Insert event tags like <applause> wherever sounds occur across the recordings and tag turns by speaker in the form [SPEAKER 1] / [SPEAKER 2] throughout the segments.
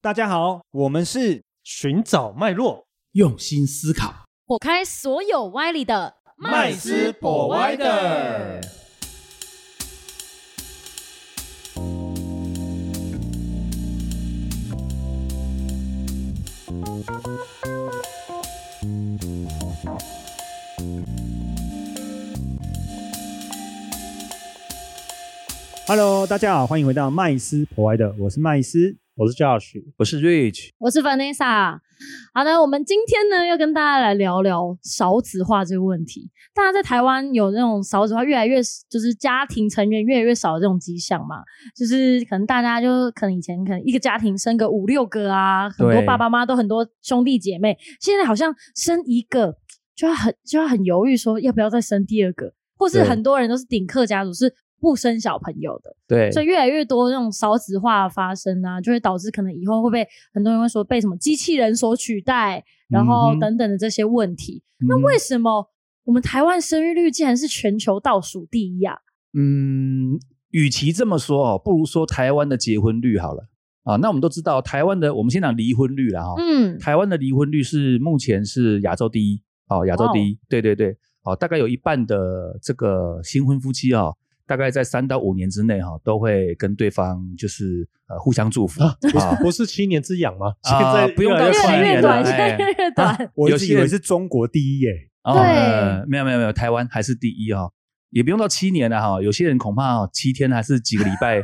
[SPEAKER 1] 大家好，我们是
[SPEAKER 2] 寻找脉络，
[SPEAKER 3] 用心思考。
[SPEAKER 4] 火开所有歪理的
[SPEAKER 2] 麦斯博歪的。
[SPEAKER 1] Hello，大家好，欢迎回到麦斯 Provider，我是麦斯，
[SPEAKER 5] 我是 Josh，我是 Rich。
[SPEAKER 4] 我是 Vanessa。好的，我们今天呢要跟大家来聊聊少子化这个问题。大家在台湾有那种少子化越来越就是家庭成员越来越少的这种迹象嘛？就是可能大家就可能以前可能一个家庭生个五六个啊，很多
[SPEAKER 5] 对
[SPEAKER 4] 爸爸妈妈都很多兄弟姐妹，现在好像生一个就要很就要很犹豫说要不要再生第二个，或是
[SPEAKER 5] 对
[SPEAKER 4] 很多人都是顶客家族是不生小朋友的。
[SPEAKER 5] 对，
[SPEAKER 4] 所以越来越多那种少子化发生啊，就会导致可能以后会被很多人会说被什么机器人所取代，然后
[SPEAKER 1] 嗯哼
[SPEAKER 4] 等等的这些问题。
[SPEAKER 5] 嗯
[SPEAKER 4] 那为什么我们台湾生育率竟然是全球倒数第一啊？
[SPEAKER 5] 嗯，与其这么说哦，不如说台湾的结婚率好了啊。那我们都知道，台湾的我们先讲离婚率啦哈、
[SPEAKER 4] 嗯，
[SPEAKER 5] 台湾的离婚率是目前是亚洲第一，哦，亚洲第一，对对对，哦，大概有一半的这个新婚夫妻哦，大概在三到五年之内哈、哦，都会跟对方就是呃互相祝福啊。
[SPEAKER 2] 不是不是七年之痒吗？现
[SPEAKER 5] 啊
[SPEAKER 2] 在
[SPEAKER 5] 不用
[SPEAKER 2] 越
[SPEAKER 5] 到
[SPEAKER 2] 来
[SPEAKER 4] 越
[SPEAKER 2] 越
[SPEAKER 5] 七
[SPEAKER 4] 来
[SPEAKER 2] 快
[SPEAKER 4] 越
[SPEAKER 5] 年
[SPEAKER 2] 了
[SPEAKER 4] 短，
[SPEAKER 5] 了哎啊
[SPEAKER 4] 越来越短。
[SPEAKER 1] 哎我一
[SPEAKER 5] 有
[SPEAKER 1] 直
[SPEAKER 5] 些
[SPEAKER 1] 以为
[SPEAKER 5] 人
[SPEAKER 1] 是中国第一耶，
[SPEAKER 5] 哦，
[SPEAKER 4] 对
[SPEAKER 5] 呃没有没有没有，台湾还是第一哦，也不用到七年了哈、有些人恐怕、哦、七天还是几个礼
[SPEAKER 4] <laughs>
[SPEAKER 5] 拜，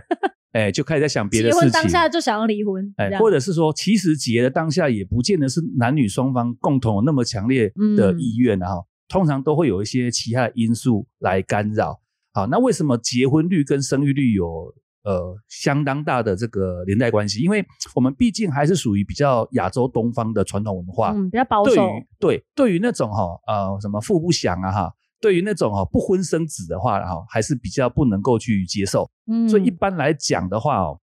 [SPEAKER 5] 哎，就开始在想别的
[SPEAKER 4] 结
[SPEAKER 5] 事
[SPEAKER 4] 婚
[SPEAKER 5] 情。
[SPEAKER 4] 当下就想要离婚，
[SPEAKER 5] 哎
[SPEAKER 4] 这，样
[SPEAKER 5] 或者是说，其实结的当下也不见得是男女双方共同有那么强烈的
[SPEAKER 4] 嗯
[SPEAKER 5] 意愿啊、通常都会有一些其他的因素来干扰。好，那为什么结婚率跟生育率有呃相当大的这个连带关系？因为我们毕竟还是属于比较亚洲东方的传统文化，
[SPEAKER 4] 嗯比较保
[SPEAKER 5] 对
[SPEAKER 4] 守，
[SPEAKER 5] 于对对于那种哈、呃什么父不详啊哈，对于那种哈、不婚生子的话哈、还是比较不能够去接受。
[SPEAKER 4] 嗯，
[SPEAKER 5] 所以一般来讲的话哦，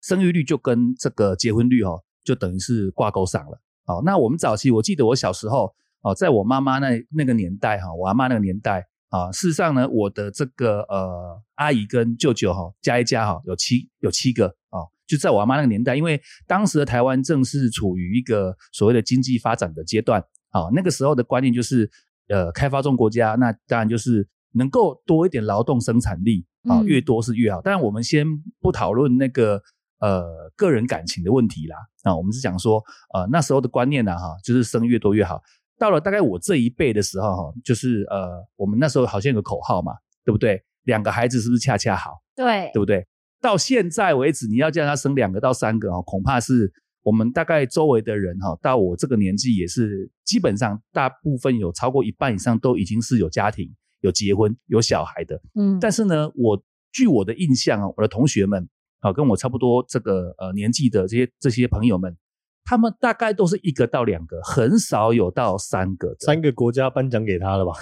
[SPEAKER 5] 生育率就跟这个结婚率哦，就等于是挂钩上了。好、那我们早期我记得我小时候哦，在我妈妈那那个年代哈、我阿妈那个年代啊、事实上呢，我的这个呃阿姨跟舅舅哈、加一加哈、有七有七个哦，就在我阿妈那个年代，因为当时的台湾正是处于一个所谓的经济发展的阶段啊、那个时候的观念就是呃开发中国家，那当然就是能够多一点劳动生产力啊、
[SPEAKER 4] 嗯
[SPEAKER 5] 越多是越好。但我们先不讨论那个呃个人感情的问题啦，啊，我们是讲说呃那时候的观念呢、哈、就是生越多越好。到了大概我这一辈的时候哈、就是呃我们那时候好像有个口号嘛，对不对？两个孩子是不是恰恰好？
[SPEAKER 4] 对
[SPEAKER 5] 对不对？到现在为止，你要叫他生两个到三个哦，恐怕是我们大概周围的人哈、哦，到我这个年纪也是基本上大部分有超过一半以上都已经是有家庭、有结婚、有小孩的。
[SPEAKER 4] 嗯，
[SPEAKER 5] 但是呢，我据我的印象啊，我的同学们啊，跟我差不多这个呃年纪的这些这些朋友们，他们大概都是一个到两个，很少有到三个的。
[SPEAKER 2] 三个国家颁奖给他了吧？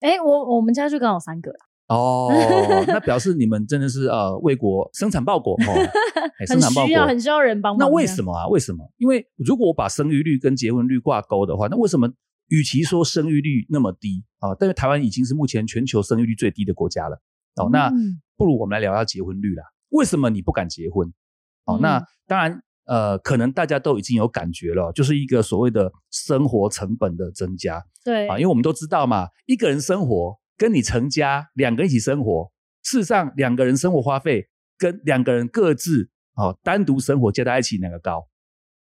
[SPEAKER 4] 哎，我我们家就刚好三个啦， <laughs>
[SPEAKER 5] 哦，那表示你们真的是呃为国生产报国
[SPEAKER 4] <laughs>
[SPEAKER 5] 哦，哎生
[SPEAKER 4] 很
[SPEAKER 5] 产报
[SPEAKER 4] 需
[SPEAKER 5] 国
[SPEAKER 4] 要很需要人帮忙。
[SPEAKER 5] 那为什
[SPEAKER 4] 么？
[SPEAKER 5] 么啊？为什么？因为如果我把生育率跟结婚率挂钩的话，那为什么与其说生育率那么低啊，但是台湾已经是目前全球生育率最低的国家了哦，那
[SPEAKER 4] 嗯
[SPEAKER 5] 不如我们来聊聊结婚率啦。为什么你不敢结婚？哦
[SPEAKER 4] 嗯，
[SPEAKER 5] 那当然，呃，可能大家都已经有感觉了，就是一个所谓的生活成本的增加
[SPEAKER 4] 对
[SPEAKER 5] 啊，因为我们都知道嘛，一个人生活跟你成家两个人一起生活，事实上两个人生活花费跟两个人各自哦单独生活加在一起哪个高？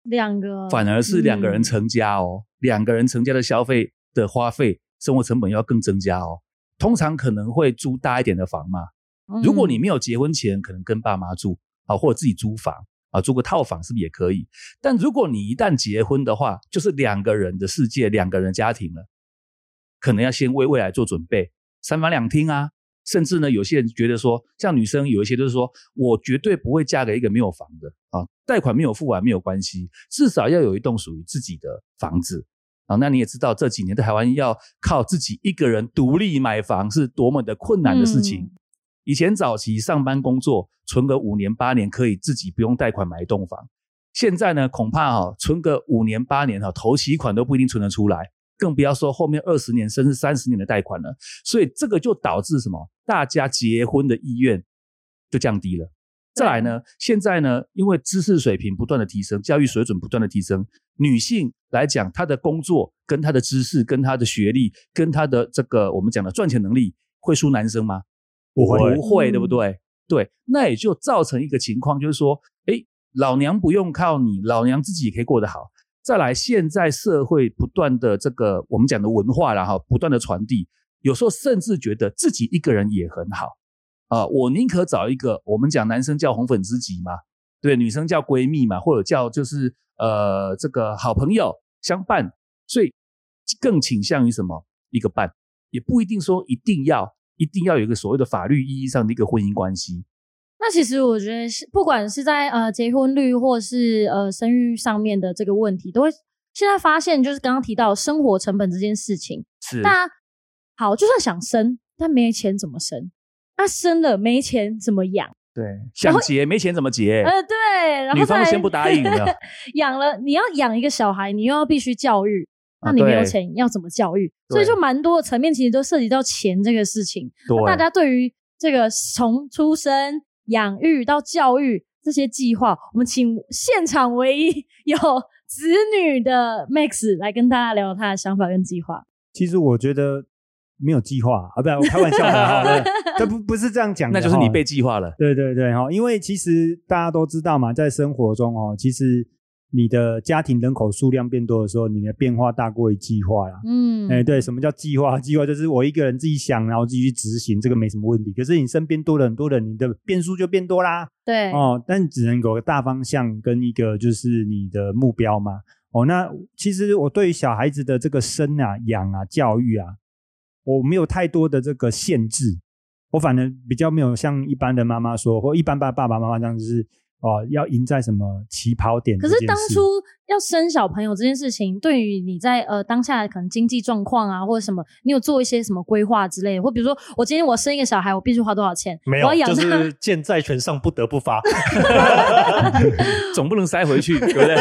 [SPEAKER 4] 两个
[SPEAKER 5] 反而是两个人
[SPEAKER 4] 嗯
[SPEAKER 5] 成家哦，两个人成家的消费的花费，生活成本要更增加哦。通常可能会租大一点的房嘛。
[SPEAKER 4] 嗯
[SPEAKER 5] 如果你没有结婚前，可能跟爸妈住啊，或者自己租房啊，租个套房是不是也可以？但如果你一旦结婚的话，就是两个人的世界，两个人家庭了，可能要先为未来做准备，三房两厅啊。甚至呢，有些人觉得说，像女生有一些就是说我绝对不会嫁给一个没有房的啊，贷款没有付完没有关系，至少要有一栋属于自己的房子啊。那你也知道，这几年在台湾要靠自己一个人独立买房是多么的困难的事情。
[SPEAKER 4] 嗯
[SPEAKER 5] 以前早期上班工作，存个五年八年可以自己不用贷款买一栋房。现在呢，恐怕哈、存个五年八年哈、头期款都不一定存得出来，更不要说后面二十年甚至三十年的贷款了。所以这个就导致什么？大家结婚的意愿就降低了。再来呢，现在呢，因为知识水平不断的提升，教育水准不断的提升，女性来讲，她的工作跟她的知识、跟她的学历、跟她的这个我们讲的赚钱能力，会输男生吗？
[SPEAKER 2] 不会
[SPEAKER 5] 不会，
[SPEAKER 4] 嗯
[SPEAKER 5] 对不对？对，那也就造成一个情况，就是说，哎，老娘不用靠你，老娘自己也可以过得好。再来，现在社会不断的这个我们讲的文化啦哈，不断的传递，有时候甚至觉得自己一个人也很好啊、我宁可找一个我们讲男生叫红粉知己嘛，对，女生叫闺蜜嘛，或者叫就是呃这个好朋友相伴，所以更倾向于什么一个伴，也不一定说一定要一定要有一个所谓的法律意义上的一个婚姻关系。
[SPEAKER 4] 那其实我觉得是，不管是在呃结婚率或是呃生育上面的这个问题，都会现在发现，就是刚刚提到生活成本这件事情。
[SPEAKER 5] 是
[SPEAKER 4] 那好，就算想生，但没钱怎么生？那生了没钱怎么养？
[SPEAKER 5] 对，想结没钱怎么结？
[SPEAKER 4] 呃，对，然后
[SPEAKER 5] 女
[SPEAKER 4] 再
[SPEAKER 5] 方
[SPEAKER 4] 来
[SPEAKER 5] 先不答应了，
[SPEAKER 4] 养了，你要养一个小孩，你又要必须教育，那
[SPEAKER 5] 啊
[SPEAKER 4] 你没有
[SPEAKER 5] 对
[SPEAKER 4] 钱要怎么教育？
[SPEAKER 5] 对
[SPEAKER 4] 所以就蛮多的层面，其实都涉及到钱这个事情。
[SPEAKER 5] 对，
[SPEAKER 4] 大家对于这个从出生、养育到教育这些计划，我们请现场唯一 <laughs> 有子女的 Max 来跟大家聊他的想法跟计划。
[SPEAKER 1] 其实我觉得没有计划啊，不然我开玩笑的
[SPEAKER 5] <laughs>
[SPEAKER 1] 哈，对这不不是这样讲的
[SPEAKER 5] 那
[SPEAKER 1] 哈，
[SPEAKER 5] 就是你被计划了。
[SPEAKER 1] 对对对哈，因为其实大家都知道嘛，在生活中哦，其实你的家庭人口数量变多的时候，你的变化大过于计划啦。
[SPEAKER 4] 嗯，
[SPEAKER 1] 哎、对，什么叫计划？ <laughs> 计划就是我一个人自己想，然后自己去执行，这个没什么问题。可是你身边多了很多人，你的变数就变多啦。
[SPEAKER 4] 对，
[SPEAKER 1] 哦，但只能有个大方向跟一个就是你的目标嘛。哦，那其实我对于小孩子的这个生啊、养啊、教育啊，我没有太多的这个限制。我反而比较没有像一般的妈妈说，或一般爸爸爸妈妈这样，就是哦要赢在什么起跑点这
[SPEAKER 4] 可
[SPEAKER 1] 件事。
[SPEAKER 4] 是当初要生小朋友这件事情，对于你在呃当下可能经济状况啊，或者什么，你有做一些什么规划之类的？或比如说，我今天我生一个小孩，我必须花多少钱？
[SPEAKER 2] 没
[SPEAKER 4] 我
[SPEAKER 2] 有，
[SPEAKER 4] 要养
[SPEAKER 2] 就
[SPEAKER 4] 他。 <laughs>
[SPEAKER 2] 是箭在弦上不得不发。
[SPEAKER 5] 总不能塞回去，对不
[SPEAKER 4] <laughs>
[SPEAKER 5] 对？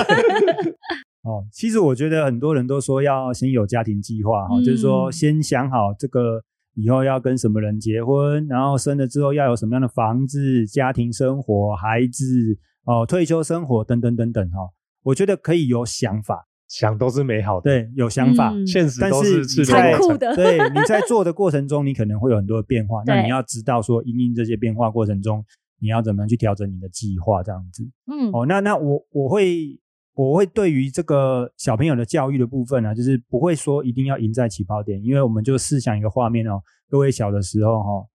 [SPEAKER 1] 哦，其实我觉得很多人都说要先有家庭计划哈、哦，就是说
[SPEAKER 4] 嗯
[SPEAKER 1] 先想好这个以后要跟什么人结婚，然后生了之后要有什么样的房子、家庭生活、孩子哦、退休生活等等等等哈、哦。我觉得可以有想法，
[SPEAKER 2] 想都是美好的，
[SPEAKER 1] 对，有想法，
[SPEAKER 4] 嗯
[SPEAKER 2] 现实
[SPEAKER 1] 但
[SPEAKER 2] 都
[SPEAKER 1] 是
[SPEAKER 2] 赤
[SPEAKER 1] 你
[SPEAKER 2] 裸
[SPEAKER 1] 在
[SPEAKER 4] 残酷
[SPEAKER 2] 裸
[SPEAKER 4] 的
[SPEAKER 1] 对，你在做的过程中，你可能会有很多的变化，那
[SPEAKER 4] 对
[SPEAKER 1] 你要知道说，因应这些变化过程中，你要怎么样去调整你的计划，这样子。
[SPEAKER 4] 嗯，
[SPEAKER 1] 哦，那那我我会我会对于这个小朋友的教育的部分呢、啊就是不会说一定要赢在起跑点，因为我们就试想一个画面哦，各位小的时候哈、哦，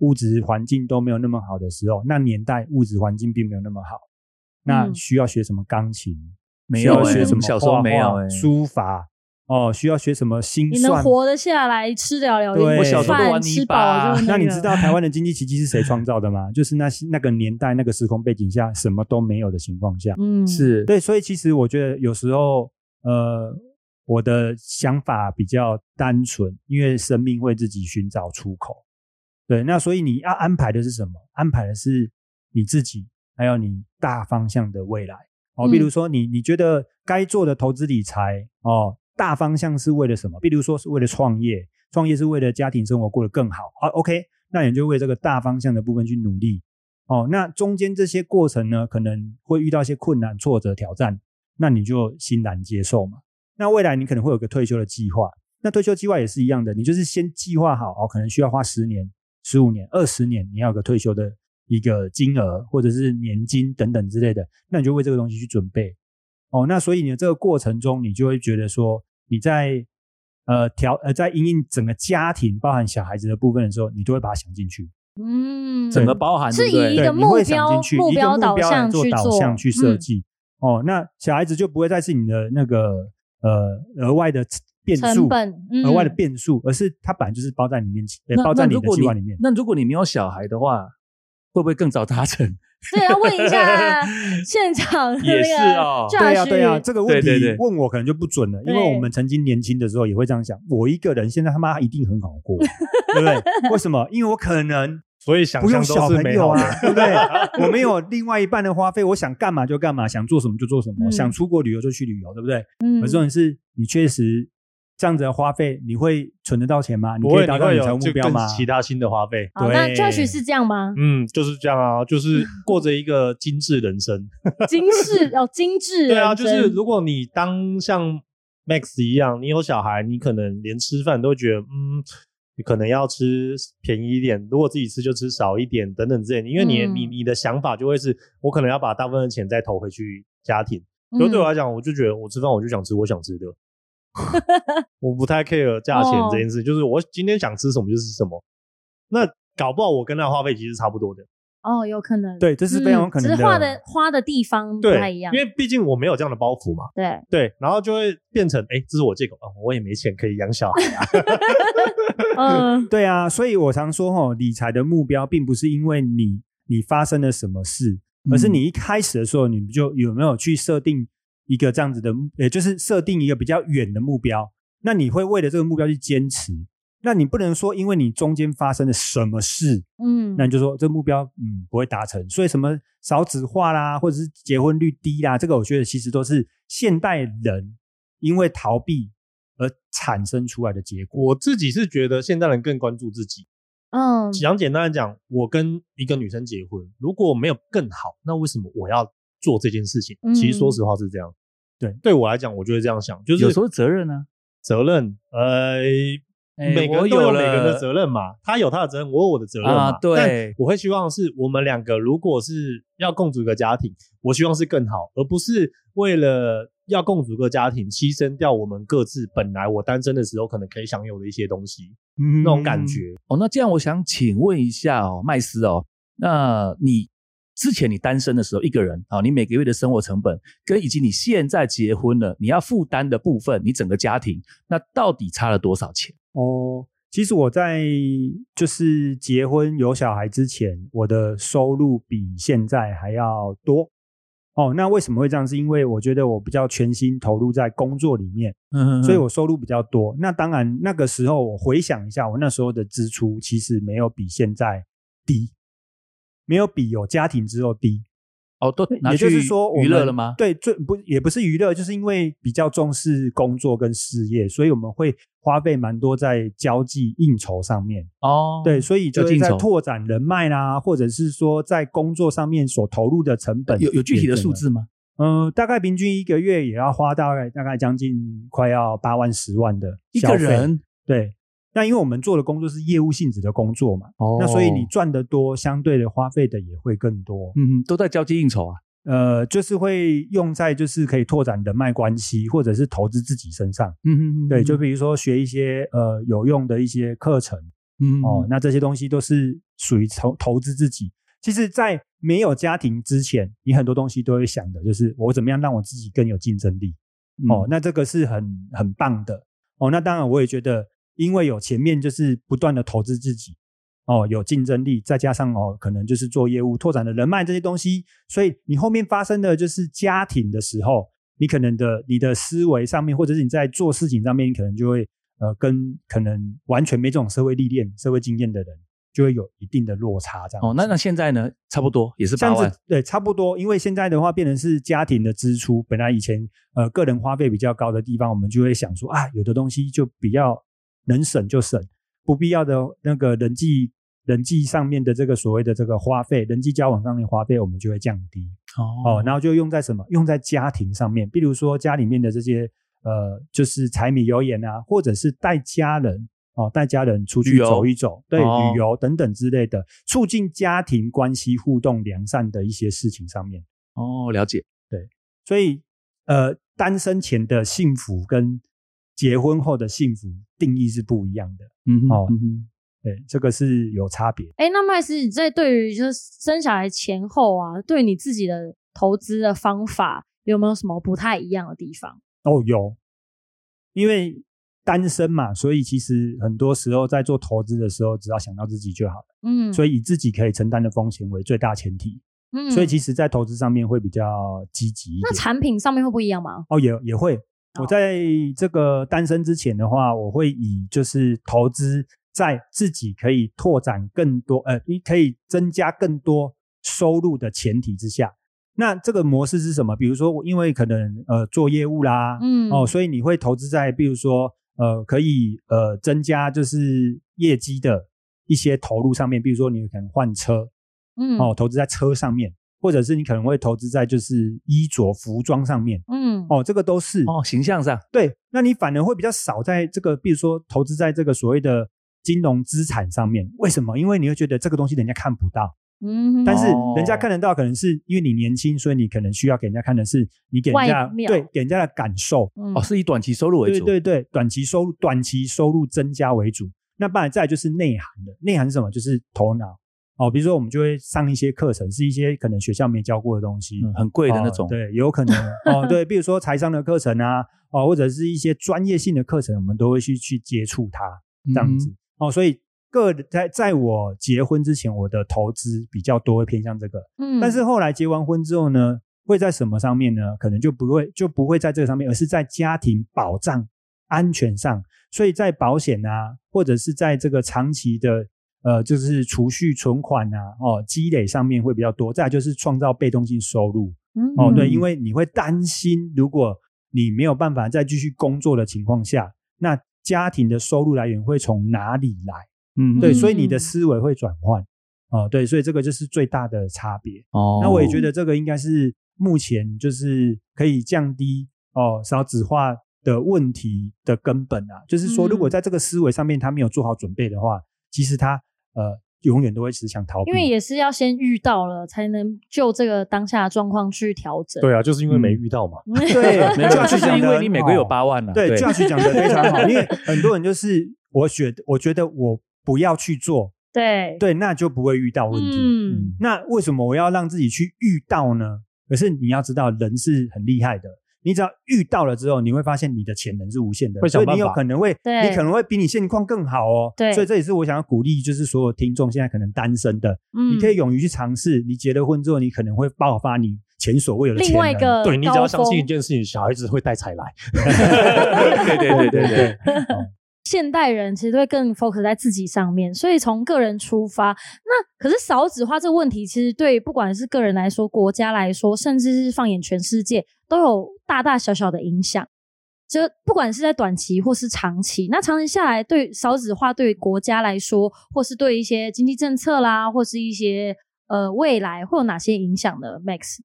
[SPEAKER 1] 物质环境都没有那么好的时候，那年代物质环境并没有那么好，那
[SPEAKER 4] 嗯
[SPEAKER 1] 需要学什么钢琴，
[SPEAKER 5] 没
[SPEAKER 1] 需要
[SPEAKER 5] 有、
[SPEAKER 4] 欸
[SPEAKER 1] 学
[SPEAKER 5] 学
[SPEAKER 1] 什
[SPEAKER 5] 什
[SPEAKER 1] 么
[SPEAKER 5] 么小时候没有、
[SPEAKER 1] 画画
[SPEAKER 5] 欸，
[SPEAKER 1] 书法哦，需要学什么心
[SPEAKER 4] 你能
[SPEAKER 1] 算。
[SPEAKER 4] 活得下来，吃得了
[SPEAKER 1] 对
[SPEAKER 4] 有
[SPEAKER 1] 我
[SPEAKER 4] 一
[SPEAKER 1] 小时候
[SPEAKER 5] 都
[SPEAKER 4] 饭
[SPEAKER 5] 玩
[SPEAKER 4] 吃
[SPEAKER 5] 泥
[SPEAKER 4] 饱
[SPEAKER 5] 巴
[SPEAKER 4] 了就
[SPEAKER 1] 啊那
[SPEAKER 4] 那
[SPEAKER 1] 你
[SPEAKER 4] 个
[SPEAKER 1] 知道台湾的经济奇迹是谁创造的吗？ <laughs> 就是那些那个年代那个时空背景下什么都没有的情况下，
[SPEAKER 4] 嗯
[SPEAKER 5] <laughs> 是
[SPEAKER 1] 对，所以其实我觉得有时候，呃，我的想法比较单纯，因为生命会自己寻找出口。对，那所以你要安排的是什么？安排的是你自己，还有你大方向的未来。哦，比如
[SPEAKER 4] 嗯
[SPEAKER 1] 说你你觉得该做的投资理财，哦，大方向是为了什么？比如说是为了创业，创业是为了家庭生活过得更好。啊，OK，那你就为这个大方向的部分去努力。哦，那中间这些过程呢，可能会遇到一些困难、挫折、挑战，那你就欣然接受嘛。那未来你可能会有个退休的计划，那退休计划也是一样的，你就是先计划好哦，可能需要花十年、十五年、二十年，你要有个退休的一个金额或者是年金等等之类的，那你就为这个东西去准备。哦，那所以你的这个过程中，你就会觉得说你在呃调呃在因应整个家庭包含小孩子的部分的时候，你就会把它想进去。
[SPEAKER 4] 嗯
[SPEAKER 5] 整个包含
[SPEAKER 4] 是
[SPEAKER 5] 对不
[SPEAKER 4] 以一
[SPEAKER 5] 对？
[SPEAKER 4] 个
[SPEAKER 1] 对，你会
[SPEAKER 4] 目
[SPEAKER 1] 想
[SPEAKER 4] 标
[SPEAKER 1] 进去
[SPEAKER 4] 目
[SPEAKER 1] 一个
[SPEAKER 4] 标
[SPEAKER 1] 目
[SPEAKER 4] 导
[SPEAKER 1] 来
[SPEAKER 4] 向
[SPEAKER 1] 做
[SPEAKER 4] 去
[SPEAKER 1] 导
[SPEAKER 4] 做
[SPEAKER 1] 向去设
[SPEAKER 4] 嗯
[SPEAKER 1] 计。哦，那小孩子就不会再是你的那个呃额外的变
[SPEAKER 4] 成
[SPEAKER 1] 数，
[SPEAKER 4] 本，嗯
[SPEAKER 1] 额外的变数，而是它本来就是包在你面前，呃
[SPEAKER 5] 那
[SPEAKER 1] 包在
[SPEAKER 5] 那
[SPEAKER 1] 你
[SPEAKER 5] 如
[SPEAKER 1] 的
[SPEAKER 5] 果
[SPEAKER 1] 计划
[SPEAKER 5] 你
[SPEAKER 1] 里面。
[SPEAKER 5] 那如果你没有小孩的话，会不会更早达成？ <laughs>
[SPEAKER 4] 对，要问
[SPEAKER 1] <laughs>
[SPEAKER 4] 一下现场的那
[SPEAKER 5] 也是
[SPEAKER 4] 个
[SPEAKER 5] 哦
[SPEAKER 4] Josh
[SPEAKER 1] 对呀、啊对呀、这个问
[SPEAKER 5] 对
[SPEAKER 1] 题
[SPEAKER 5] 对对
[SPEAKER 1] 问我可能就不准了，因为我
[SPEAKER 4] 对
[SPEAKER 1] 们曾经年轻的时候也会这样想，我一个人现在他妈一定很好过， <laughs> 对不对？为什么？因为我可能
[SPEAKER 2] 所 <laughs> 以想
[SPEAKER 1] 不
[SPEAKER 2] 象
[SPEAKER 1] 用
[SPEAKER 2] 都
[SPEAKER 1] 小
[SPEAKER 2] 是
[SPEAKER 1] 朋
[SPEAKER 2] 美
[SPEAKER 1] 友
[SPEAKER 2] 好
[SPEAKER 1] 啊
[SPEAKER 2] 的。，
[SPEAKER 1] <laughs> 对不对？我没
[SPEAKER 4] <laughs>
[SPEAKER 1] 有另外一半的花费，我想干嘛就干嘛，想做什么就做什么，
[SPEAKER 4] 嗯
[SPEAKER 1] 想出国旅游就去旅游，对不对？
[SPEAKER 4] 嗯
[SPEAKER 1] 可是重点是你确实这样子的花费，你会存得到钱吗？你
[SPEAKER 2] 不
[SPEAKER 1] 可
[SPEAKER 2] 会
[SPEAKER 1] 以达
[SPEAKER 2] 你
[SPEAKER 1] 到
[SPEAKER 2] 会
[SPEAKER 1] 你财
[SPEAKER 2] 有
[SPEAKER 1] 务
[SPEAKER 2] 就
[SPEAKER 1] 目标
[SPEAKER 2] 更
[SPEAKER 1] 吗？
[SPEAKER 2] 其他新的花费。
[SPEAKER 4] 好，嗯哦那
[SPEAKER 1] 对
[SPEAKER 4] Josh 是这样吗？
[SPEAKER 2] 嗯，就是这样啊，就是过着一个精致人生。
[SPEAKER 4] 精致哦，精致
[SPEAKER 2] 对啊，
[SPEAKER 4] 人
[SPEAKER 2] 就是
[SPEAKER 4] 生
[SPEAKER 2] 如果你当像 Max 一样，你有小孩，你可能连吃饭都会觉得，嗯，你可能要吃便宜一点，如果自己吃就吃少一点，等等之类的。因为你、
[SPEAKER 4] 嗯
[SPEAKER 2] 你你的想法就会是，我可能要把大部分的钱再投回去家庭。可是对我
[SPEAKER 4] 嗯
[SPEAKER 2] 来讲，我就觉得我吃饭我就想吃我想吃的，我不太 care 价钱这件事，就是我今天想吃什么就吃什么。那搞不好我跟他的花费其实差不多的，
[SPEAKER 4] 哦，有可能，
[SPEAKER 1] 对，这是非常有
[SPEAKER 4] 嗯
[SPEAKER 1] 可能的。
[SPEAKER 4] 只是花的花的地方不
[SPEAKER 2] 对
[SPEAKER 4] 太一，样
[SPEAKER 2] 因，为毕竟我没有这样的包袱嘛，
[SPEAKER 4] 对，
[SPEAKER 2] 对，然后就会变成，哎，这是我借口啊，我也没钱可以养小孩啊，
[SPEAKER 1] <laughs>
[SPEAKER 4] 嗯，
[SPEAKER 1] 对啊，所以我常说吼，理财的目标并不是因为你你发生了什么事，而
[SPEAKER 2] 嗯
[SPEAKER 4] 嗯
[SPEAKER 1] 是你一开始的时候，你们就有没有去设定一个这样子的目，也就是设定一个比较远的目标，那你会为了这个目标去坚持。那你不能说，因为你中间发生了什么事，
[SPEAKER 4] 嗯，
[SPEAKER 1] 那你就说这目标嗯不会达成，所以什么少子化啦，或者是结婚率低啦，这个我觉得其实都是现代人因为逃避而产生出来的结果。
[SPEAKER 2] 我自己是觉得现代人更关注自己。
[SPEAKER 4] 嗯，
[SPEAKER 2] 讲简单的讲，我跟一个女生结婚，如果没有更好，那为什么我要做这件事情？
[SPEAKER 4] 嗯
[SPEAKER 2] 其实说实话是这样。
[SPEAKER 1] 对
[SPEAKER 2] 对我来讲，我就会这样想，就是
[SPEAKER 5] 有时候责任呢、
[SPEAKER 2] 责任，呃，
[SPEAKER 5] 哎
[SPEAKER 2] 每个
[SPEAKER 5] 我
[SPEAKER 2] 人都
[SPEAKER 5] 有
[SPEAKER 2] 有每个人
[SPEAKER 5] 了
[SPEAKER 2] 的责任嘛，他有他的责任，我有我的责任嘛。
[SPEAKER 5] 啊对
[SPEAKER 2] 但我会希望是我们两个如果是要共组一个家庭，我希望是更好，而不是为了要共组一个家庭，牺牲掉我们各自本来我单身的时候可能可以享有的一些东西，
[SPEAKER 1] 嗯
[SPEAKER 2] 那种感觉。
[SPEAKER 5] 哦，那这样我想请问一下哦，麦斯哦，那你之前你单身的时候一个人啊、你每个月的生活成本跟以及你现在结婚了，你要负担的部分，你整个家庭那到底差了多少钱？
[SPEAKER 1] 哦。其实我在就是结婚有小孩之前，我的收入比现在还要多。哦，那为什么会这样？是因为我觉得我比较全心投入在工作里面，
[SPEAKER 5] 嗯
[SPEAKER 1] 所以我收入比较多。那当然，那个时候我回想一下，我那时候的支出其实没有比现在低，没有比有家庭之后低。
[SPEAKER 5] 哦都拿
[SPEAKER 1] 也
[SPEAKER 5] 去
[SPEAKER 1] 就是说，我
[SPEAKER 5] 娱乐
[SPEAKER 1] 们
[SPEAKER 5] 了吗？
[SPEAKER 1] 对，最不也不是娱乐，就是因为比较重视工作跟事业，所以我们会花费蛮多在交际应酬上面。
[SPEAKER 5] 哦，
[SPEAKER 1] 对，所以就是
[SPEAKER 5] 交际应
[SPEAKER 1] 在
[SPEAKER 5] 酬
[SPEAKER 1] 拓展人脉啦，或者是说在工作上面所投入的成本
[SPEAKER 5] 有有具体的
[SPEAKER 1] 也
[SPEAKER 5] 数
[SPEAKER 1] 更
[SPEAKER 5] 字吗？
[SPEAKER 1] 嗯，大概平均一个月也要花大概大概将近快要八万十万的
[SPEAKER 5] 一
[SPEAKER 1] 消
[SPEAKER 5] 个
[SPEAKER 1] 费
[SPEAKER 5] 人
[SPEAKER 1] 对。那因为我们做的工作是业务性质的工作嘛，
[SPEAKER 5] 哦
[SPEAKER 1] 那所以你赚得多，相对的花费的也会更多。
[SPEAKER 5] 嗯都在交际应酬啊。
[SPEAKER 1] 呃，就是会用在就是可以拓展人脉关系，或者是投资自己身上。
[SPEAKER 5] 嗯嗯
[SPEAKER 1] 对，就比如说学一些呃有用的一些课程
[SPEAKER 5] 嗯
[SPEAKER 1] 哦，那这些东西都是属于投投资自己。其实，在没有家庭之前，你很多东西都会想的，就是我怎么样让我自己更有竞争力。
[SPEAKER 5] 嗯
[SPEAKER 1] 哦，那这个是很很棒的哦。那当然，我也觉得，因为有前面就是不断的投资自己，哦，有竞争力，再加上哦，可能就是做业务拓展的人脉这些东西，所以你后面发生的就是家庭的时候，你可能的你的思维上面，或者是你在做事情上面，你可能就会呃，跟可能完全没这种社会历练、社会经验的人，就会有一定的落差这样子。
[SPEAKER 5] 哦，那那现在呢，差不多也是
[SPEAKER 1] 这
[SPEAKER 5] 八
[SPEAKER 1] 样
[SPEAKER 5] 万
[SPEAKER 1] 子，对，差不多。因为现在的话，变成是家庭的支出，本来以前呃个人花费比较高的地方，我们就会想说啊，有的东西就比较能省就省，不必要的那个人际人际上面的这个所谓的这个花费，人际交往上面花费，我们就会降低哦。
[SPEAKER 5] 嗯
[SPEAKER 1] 然后就用在什么？用在家庭上面，比如说家里面的这些呃，就是柴米油盐啊，或者是带家人。哦，带家人出
[SPEAKER 5] 旅
[SPEAKER 1] 去
[SPEAKER 5] 游
[SPEAKER 1] 走一走，对，
[SPEAKER 5] 哦
[SPEAKER 1] 旅游等等之类的，促进家庭关系互动良善的一些事情上面。
[SPEAKER 5] 哦，了解。
[SPEAKER 1] 所以，呃，单身前的幸福跟结婚后的幸福定义是不一样的。
[SPEAKER 5] 嗯哼
[SPEAKER 1] 哦
[SPEAKER 5] 嗯哼
[SPEAKER 1] 对，这个是有差别。
[SPEAKER 4] 哎，那麦斯，你在对于就是生小孩前后啊，对你自己的投资的方法有没有什么不太一样的地方？
[SPEAKER 1] 哦，有，因为单身嘛，所以其实很多时候在做投资的时候，只要想到自己就好了。
[SPEAKER 4] 嗯，
[SPEAKER 1] 所以以自己可以承担的风险为最大前提。
[SPEAKER 4] 以
[SPEAKER 1] 所以其
[SPEAKER 4] 实
[SPEAKER 1] 实，在投资上面会比较积极一点
[SPEAKER 4] 嗯那。产品上面会不一样吗？
[SPEAKER 1] 哦，也也会。
[SPEAKER 4] 哦
[SPEAKER 1] 我在这个单身之前的话，我会以就是投资在自己可以拓展更多，呃，你可以增加更多收入的前提之下。那这个模式是什么？比如说，我因为可能呃做业务啦，
[SPEAKER 4] 嗯
[SPEAKER 1] 哦，所以你会投资在，比如说呃可以呃增加就是业绩的一些投入上面，比如说你可能换车
[SPEAKER 4] 嗯，
[SPEAKER 1] 哦，投资在车上面，或者是你可能会投资在就是衣着服装上面
[SPEAKER 4] 嗯，
[SPEAKER 1] 哦，这个都是
[SPEAKER 5] 哦，形象上
[SPEAKER 1] 对，那你反而会比较少在这个，比如说投资在这个所谓的金融资产上面。为什么？因为你会觉得这个东西人家看不到，
[SPEAKER 4] 嗯，
[SPEAKER 1] 但是
[SPEAKER 5] 哦
[SPEAKER 1] 人家看得到，可能是因为你年轻，所以你可能需要给人家看的是你给人家
[SPEAKER 4] 外面
[SPEAKER 1] 对给人家的感受。
[SPEAKER 4] 嗯
[SPEAKER 5] 哦，是以短期收入为
[SPEAKER 1] 对
[SPEAKER 5] 主，
[SPEAKER 1] 对对，短期收入短期收入增加为主。那当然，再来就是内涵的，内涵是什么？就是头脑哦，比如说我们就会上一些课程，是一些可能学校没教过的东西，
[SPEAKER 5] 嗯很贵的那
[SPEAKER 1] 哦
[SPEAKER 5] 种，
[SPEAKER 1] 对，有可能哦，对，比如说财商的课程啊，哦，或者是一些专业性的课程，我们都会去去接触它
[SPEAKER 5] 嗯
[SPEAKER 1] 这样子、哦，所以个在在我结婚之前，我的投资比较多会偏向这个，
[SPEAKER 4] 嗯，
[SPEAKER 1] 但是后来结完婚之后呢，会在什么上面呢？可能就不会就不会在这个上面，而是在家庭保障安全上，所以在保险啊，或者是在这个长期的。呃，就是储蓄存款啊，哦，积累上面会比较多，再来就是创造被动性收入，
[SPEAKER 4] 嗯
[SPEAKER 1] 哦，对，
[SPEAKER 5] 嗯
[SPEAKER 1] 因为你会担心，如果你没有办法再继续工作的情况下，那家庭的收入来源会从哪里来？
[SPEAKER 5] 嗯
[SPEAKER 1] 对，
[SPEAKER 4] 嗯
[SPEAKER 1] 所以你的思维会转换。哦，对，所以这个就是最大的差别。
[SPEAKER 5] 哦
[SPEAKER 1] 那我也觉得这个应该是目前就是可以降低哦少子化的问题的根本啊，就是说，如果
[SPEAKER 4] 嗯
[SPEAKER 1] 在这个思维上面他没有做好准备的话，其实他呃永远都会只想逃避。
[SPEAKER 4] 因为也是要先遇到了，才能就这个当下的状况去调整。
[SPEAKER 2] 对啊，就是因为没
[SPEAKER 1] 嗯
[SPEAKER 2] 遇到嘛。
[SPEAKER 4] <laughs>
[SPEAKER 1] 对，
[SPEAKER 5] <laughs> 没有，
[SPEAKER 1] Josh
[SPEAKER 5] 就是
[SPEAKER 1] 讲
[SPEAKER 5] 因
[SPEAKER 1] 得
[SPEAKER 5] 为
[SPEAKER 1] 很
[SPEAKER 5] 你每哦个月有
[SPEAKER 1] 好
[SPEAKER 5] 八万了，啊
[SPEAKER 1] 对 j o s 讲的非常好，
[SPEAKER 5] <laughs>
[SPEAKER 1] 因为很多人就是我觉得我觉得我不要去做，
[SPEAKER 4] 对
[SPEAKER 1] 对，那就不会遇到问题。
[SPEAKER 4] 嗯
[SPEAKER 1] 那为什么我要让自己去遇到呢？可是你要知道，人是很厉害的。你只要遇到了之后，你会发现你的潜能是无限的，
[SPEAKER 2] 会想
[SPEAKER 1] 所以
[SPEAKER 2] 办
[SPEAKER 1] 你有
[SPEAKER 2] 法
[SPEAKER 1] 可能会，
[SPEAKER 4] 对
[SPEAKER 1] 你可能会比你现况更好哦。
[SPEAKER 4] 对
[SPEAKER 1] 所以这也是我想要鼓励，就是所有听众现在可能单身的，
[SPEAKER 4] 嗯
[SPEAKER 1] 你可以勇于去尝试。你结了婚之后，你可能会爆发你前所未有的
[SPEAKER 4] 另
[SPEAKER 1] 潜
[SPEAKER 4] 外一
[SPEAKER 1] 能
[SPEAKER 4] 个
[SPEAKER 2] 对你只要
[SPEAKER 4] 高
[SPEAKER 2] 相信一
[SPEAKER 4] 峰
[SPEAKER 2] 件事情，小孩子会带财 <laughs> 来。
[SPEAKER 5] 对对对对对，
[SPEAKER 4] 现代人其实会更 focus 在自己上面，所以从个人出发。那可是少子化这个问题，其实对不管是个人来说、国家来说，甚至是放眼全世界，都有大大小小的影响。就不管是在短期或是长期，那长期下来，对少子化对于国家来说，或是对一些经济政策啦，或是一些呃未来会有哪些影响呢？Max，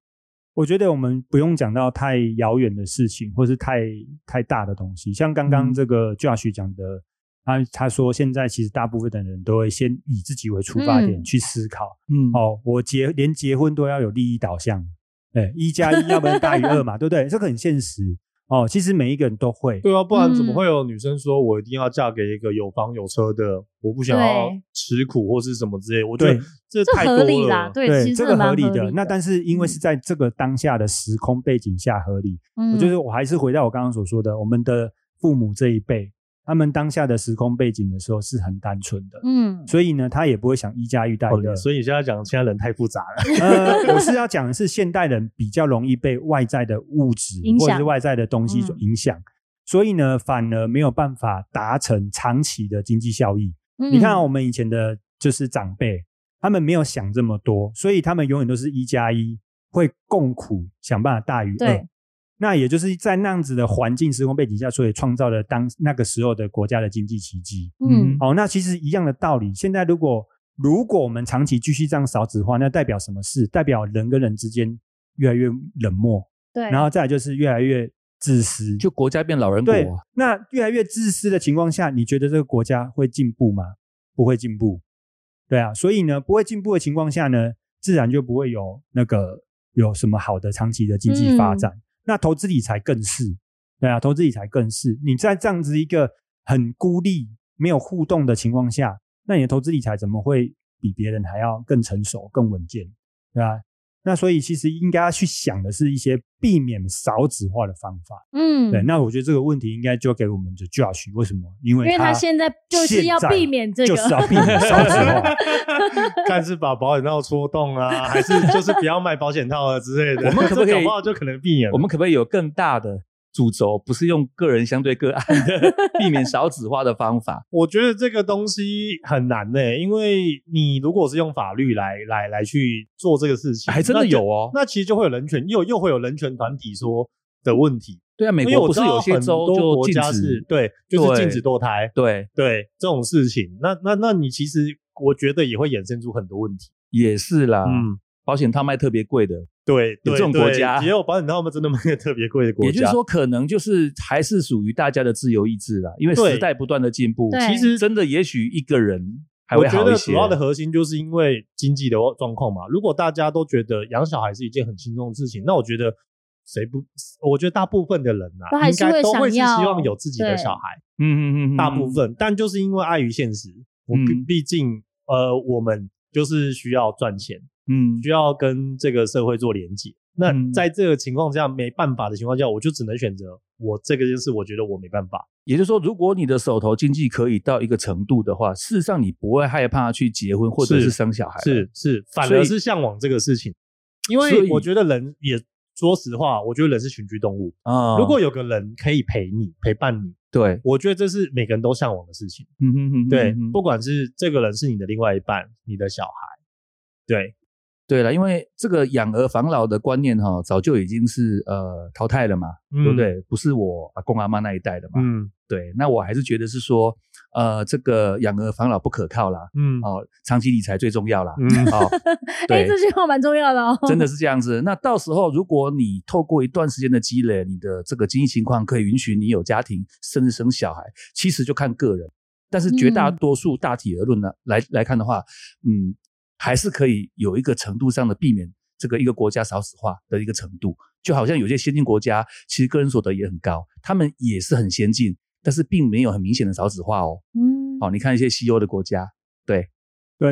[SPEAKER 1] 我觉得我们不用讲到太遥远的事情，或是太太大的东西。像刚刚
[SPEAKER 5] 嗯
[SPEAKER 1] 这个 Josh 讲的，他他说现在其实大部分的人都会先以自己为出发点
[SPEAKER 4] 嗯
[SPEAKER 1] 去思考。
[SPEAKER 5] 嗯，
[SPEAKER 1] 哦，我结连结婚都要有利益导向，对，一加一要不然大于二嘛，
[SPEAKER 4] <laughs>
[SPEAKER 1] 对不对？这个很现实哦。其实每一个人都会，
[SPEAKER 2] 对啊，不然怎么
[SPEAKER 4] 嗯
[SPEAKER 2] 会有女生说我一定要嫁给一个有房有车的？我不想要
[SPEAKER 4] 对
[SPEAKER 2] 吃苦或是什么之类。我觉得
[SPEAKER 1] 对
[SPEAKER 2] 这
[SPEAKER 4] 这
[SPEAKER 2] 太多
[SPEAKER 4] 合理啦
[SPEAKER 2] 了，。
[SPEAKER 4] 对，
[SPEAKER 1] 对，
[SPEAKER 4] 其
[SPEAKER 1] 这
[SPEAKER 4] 实真的
[SPEAKER 1] 个
[SPEAKER 4] 蛮
[SPEAKER 1] 合理
[SPEAKER 4] 的。
[SPEAKER 1] 那但是因为是在这个当下的时空背景下合理，
[SPEAKER 4] 嗯
[SPEAKER 1] 我就是我还是回到我刚刚所说的，我们的父母这一辈，他们当下的时空背景的时候是很单纯的，
[SPEAKER 4] 嗯
[SPEAKER 1] 所以呢，他也不会想一加一大于
[SPEAKER 2] 哦
[SPEAKER 1] 二。
[SPEAKER 2] 所以你现在讲现在人太复杂
[SPEAKER 4] <laughs>
[SPEAKER 2] 了，
[SPEAKER 1] 呃，我是要讲的是，现代人比较容易被外在的物质
[SPEAKER 4] 影响嗯
[SPEAKER 1] 或者是外在的东西所影响，所以呢，反而没有办法达成长期的经济效益。
[SPEAKER 4] 嗯
[SPEAKER 1] 你看啊、我们以前的就是长辈，他们没有想这么多，所以他们永远都是一加一会共苦，想办法大于
[SPEAKER 4] 对
[SPEAKER 1] 二。那也就是在那样子的环境时空背景下，所以创造了当那个时候的国家的经济奇迹。
[SPEAKER 4] 嗯
[SPEAKER 1] 哦，那其实一样的道理。现在如果如果我们长期继续这样少子化，那代表什么事？代表人跟人之间越来越冷漠，
[SPEAKER 4] 对，
[SPEAKER 1] 然后再来就是越来越自私。
[SPEAKER 5] 就国家变老人国
[SPEAKER 1] 对
[SPEAKER 5] 啊，，
[SPEAKER 1] 那越来越自私的情况下，你觉得这个国家会进步吗？不会进步。对啊，所以呢，不会进步的情况下呢，自然就不会有那个有什么好的长期的经济发展。那投资理财更是，对啊，投资理财更是。你在这样子一个很孤立、没有互动的情况下，那你的投资理财怎么会比别人还要更成熟、更稳健？对啊，那所以其实应该要去想的是一些避免少子化的方法。
[SPEAKER 4] 嗯，
[SPEAKER 1] 对，那我觉得这个问题应该就给我们的 Josh，为什么？因为
[SPEAKER 4] 因为他现在就是要避免这个哎
[SPEAKER 1] 就是
[SPEAKER 4] <laughs>
[SPEAKER 1] 要避免哦少子化。
[SPEAKER 2] 看是把保险套戳洞啊，还是就是不要买保险套啊之类的。
[SPEAKER 5] 我们可 <laughs> 不可以
[SPEAKER 2] 这搞不好就可能避免了？
[SPEAKER 5] 我们可不可以有更大的主轴，不是用个人相对个案的 <laughs> 避免少子化的方法？
[SPEAKER 2] 我觉得这个东西很难呢、因为你如果是用法律来来来去做这个事情，
[SPEAKER 5] <laughs> 还真的
[SPEAKER 2] 那就
[SPEAKER 5] 有哦
[SPEAKER 2] 那其实就会有人权，又又会有人权团体说的问题。
[SPEAKER 5] 对啊，美
[SPEAKER 2] 因为
[SPEAKER 5] 国
[SPEAKER 2] 我
[SPEAKER 5] 不是
[SPEAKER 2] 知道
[SPEAKER 5] 有些
[SPEAKER 2] 很
[SPEAKER 5] 州
[SPEAKER 2] 多
[SPEAKER 5] 就
[SPEAKER 2] 国
[SPEAKER 5] 禁
[SPEAKER 2] 家是
[SPEAKER 5] 止，
[SPEAKER 2] 对，就是禁
[SPEAKER 5] 对
[SPEAKER 2] 止堕胎，
[SPEAKER 5] 对，
[SPEAKER 2] 对这种事情，那那那你其实我觉得也会衍生出很多问题。
[SPEAKER 5] 也是啦。
[SPEAKER 2] 嗯，
[SPEAKER 5] 保险套卖特别贵的，
[SPEAKER 2] 对，
[SPEAKER 5] 啊
[SPEAKER 2] 对
[SPEAKER 5] 有这种
[SPEAKER 2] 对
[SPEAKER 5] 国家
[SPEAKER 2] 也有保险套，们真的卖的特别贵的国家。
[SPEAKER 5] 也就是，说，可能就是还是属于大家的自由意志啦，因为
[SPEAKER 2] 对
[SPEAKER 5] 时代不断的进步，
[SPEAKER 4] 对
[SPEAKER 5] 其实真的也许一个人还
[SPEAKER 2] 我
[SPEAKER 5] 会
[SPEAKER 2] 觉
[SPEAKER 5] 好
[SPEAKER 2] 得
[SPEAKER 5] 一
[SPEAKER 2] 主
[SPEAKER 5] 些。嗯
[SPEAKER 2] 要的核心就是因为经济的状况嘛。如果大家都觉得养小孩是一件很轻松的事情，那我觉得谁不，我觉得大部分的人
[SPEAKER 4] 都
[SPEAKER 2] 啊，
[SPEAKER 4] 还
[SPEAKER 2] 应
[SPEAKER 4] 是
[SPEAKER 2] 该
[SPEAKER 4] 会
[SPEAKER 2] 都
[SPEAKER 4] 想
[SPEAKER 2] 会是希
[SPEAKER 4] 要
[SPEAKER 2] 望有自己的
[SPEAKER 4] 对
[SPEAKER 2] 小孩，
[SPEAKER 5] 嗯嗯嗯嗯，
[SPEAKER 2] 大部分。但就是因为碍于现实，我毕
[SPEAKER 5] 嗯
[SPEAKER 2] 毕竟呃，我们就是需要赚钱。
[SPEAKER 5] 嗯
[SPEAKER 2] 需要跟这个社会做连接。那
[SPEAKER 5] 嗯
[SPEAKER 2] 在这个情况下，没办法的情况下，我就只能选择我这个件事，我觉得我没办法。
[SPEAKER 5] 也就是说，如果你的手头经济可以到一个程度的话，事实上你不会害怕去结婚或者
[SPEAKER 2] 是
[SPEAKER 5] 是生小孩。
[SPEAKER 2] 是，是，反
[SPEAKER 5] 所以
[SPEAKER 2] 而是向往这个事情，因
[SPEAKER 5] 所
[SPEAKER 2] 为
[SPEAKER 5] 以
[SPEAKER 2] 我觉得人也说实话，我觉得人是群居动物。
[SPEAKER 5] 啊，
[SPEAKER 2] 如果有个人可以陪你陪伴你，
[SPEAKER 5] 对，
[SPEAKER 2] 我觉得这是每个人都向往的事情。
[SPEAKER 5] 嗯哼哼，
[SPEAKER 2] 对
[SPEAKER 5] 嗯，哼
[SPEAKER 2] 不管是这个人是你的另外一半，你的小孩，对，
[SPEAKER 5] 对了，因为这个养儿防老的观念哈、早就已经是呃淘汰了嘛，对不对？不是我阿公阿妈那一代的嘛。
[SPEAKER 2] 嗯？
[SPEAKER 5] 对，那我还是觉得是说，呃，这个养儿防老不可靠啦，
[SPEAKER 2] 嗯嗯
[SPEAKER 5] 哦，长期理财最重要啦。
[SPEAKER 2] 嗯，
[SPEAKER 5] 哦，
[SPEAKER 4] 哎、
[SPEAKER 5] 对
[SPEAKER 4] 这句话蛮重要的哦。
[SPEAKER 5] 真的是这样子。那到时候，如果你透过一段时间的积累，你的这个经济情况可以允许你有家庭，甚至生小孩，其实就看个人。但是绝大
[SPEAKER 4] 嗯
[SPEAKER 5] 多数大体而论呢，来来看的话，嗯，还是可以有一个程度上的避免这个一个国家少子化的一个程度。就好像有些先进国家，其实个人所得也很高，他们也是很先进，但是并没有很明显的少子化哦。
[SPEAKER 4] 嗯，
[SPEAKER 5] 好、你看一些西欧的国家，
[SPEAKER 1] 对，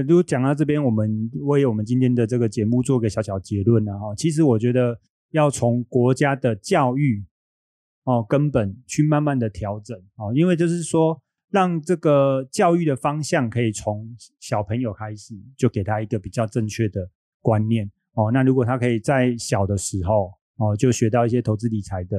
[SPEAKER 1] 如果讲到这边，我们为我们今天的这个节目做个小小结论然、后其实我觉得要从国家的教育哦根本去慢慢的调整哦，因为就是说让这个教育的方向可以从小朋友开始，就给他一个比较正确的观念哦。那如果他可以在小的时候哦就学到一些投资理财的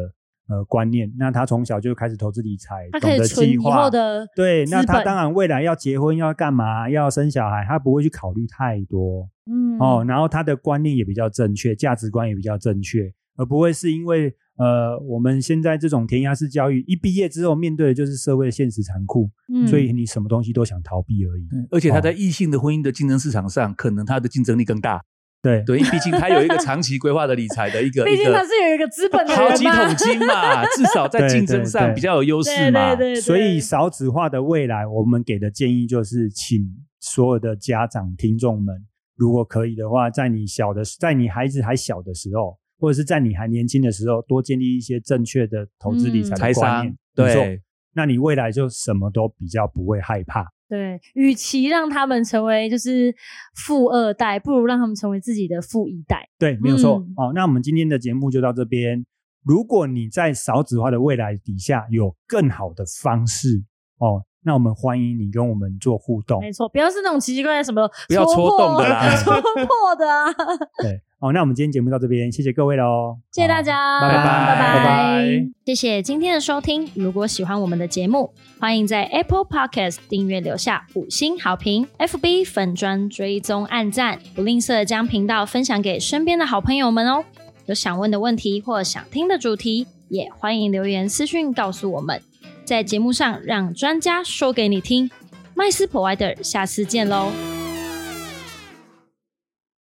[SPEAKER 1] 呃观念，那他从小就开始投资理财，
[SPEAKER 4] 他
[SPEAKER 1] 懂
[SPEAKER 4] 可以
[SPEAKER 1] 得
[SPEAKER 4] 存
[SPEAKER 1] 计
[SPEAKER 4] 以
[SPEAKER 1] 划
[SPEAKER 4] 后的，
[SPEAKER 1] 对，那
[SPEAKER 4] 资
[SPEAKER 1] 他
[SPEAKER 4] 本
[SPEAKER 1] 当然未来要结婚要干嘛要生小孩，他不会去考虑太多、
[SPEAKER 4] 嗯，
[SPEAKER 1] 哦。然后他的观念也比较正确，价值观也比较正确，而不会是因为呃我们现在这种填鸭式教育，一毕业之后面对的就是社会的现实残酷，
[SPEAKER 4] 嗯
[SPEAKER 1] 所以你什么东西都想逃避而已。
[SPEAKER 5] 而且他在
[SPEAKER 1] 哦
[SPEAKER 5] 异性的婚姻的竞争市场上，可能他的竞争力更大。
[SPEAKER 1] 对
[SPEAKER 5] 对，因
[SPEAKER 4] <laughs>
[SPEAKER 5] 为毕竟他有一个长期规划的理财的一个，
[SPEAKER 4] 毕竟
[SPEAKER 5] 一
[SPEAKER 4] 他是有一个资本的
[SPEAKER 5] 好
[SPEAKER 4] 人
[SPEAKER 5] 几
[SPEAKER 4] 嘛
[SPEAKER 5] 桶金嘛，至少
[SPEAKER 4] <laughs>
[SPEAKER 5] 在
[SPEAKER 1] 对
[SPEAKER 5] 竞争
[SPEAKER 1] 对
[SPEAKER 5] 上
[SPEAKER 1] 对
[SPEAKER 5] 比较有优势
[SPEAKER 4] 对
[SPEAKER 5] 嘛
[SPEAKER 4] 对。对，对
[SPEAKER 1] 所以少子化的未来，我们给的建议就是，请所有的家长、听众们，如果可以的话，在你小的，在你孩子还小的时候，或者是在你还年轻的时候，多建立一些正确的投资理财
[SPEAKER 5] 嗯财
[SPEAKER 1] 的观念。
[SPEAKER 5] 商
[SPEAKER 1] 没错
[SPEAKER 5] 对，
[SPEAKER 1] 那你未来就什么都比较不会害怕。
[SPEAKER 4] 对，与其让他们成为就是富二代，不如让他们成为自己的富一代。
[SPEAKER 1] 对，没有错。哦
[SPEAKER 4] 嗯
[SPEAKER 1] 好、那我们今天的节目就到这边。如果你在少子化的未来底下有更好的方式哦，那我们欢迎你跟我们做互动。
[SPEAKER 4] 没错，不要是那种奇奇怪怪什么
[SPEAKER 5] 不要
[SPEAKER 4] 戳
[SPEAKER 5] 戳
[SPEAKER 4] 破
[SPEAKER 5] 洞的啦
[SPEAKER 4] <laughs> 戳破的啊！
[SPEAKER 1] 对，哦，那我们今天节目到这边，谢谢各位喽，
[SPEAKER 4] 谢谢
[SPEAKER 1] 好
[SPEAKER 4] 大家，
[SPEAKER 1] 拜拜
[SPEAKER 4] 拜
[SPEAKER 1] 拜
[SPEAKER 2] 拜
[SPEAKER 4] 谢谢今天的收听。如果喜欢我们的节目，欢迎在 Apple Podcast 订阅留下五星好评，FB 粉砖追踪按赞，不吝啬将频道分享给身边的好朋友们哦。有想问的问题或想听的主题，也欢迎留言私讯告诉我们，在节目上让专家说给你听。麦斯 Provider，下次见喽。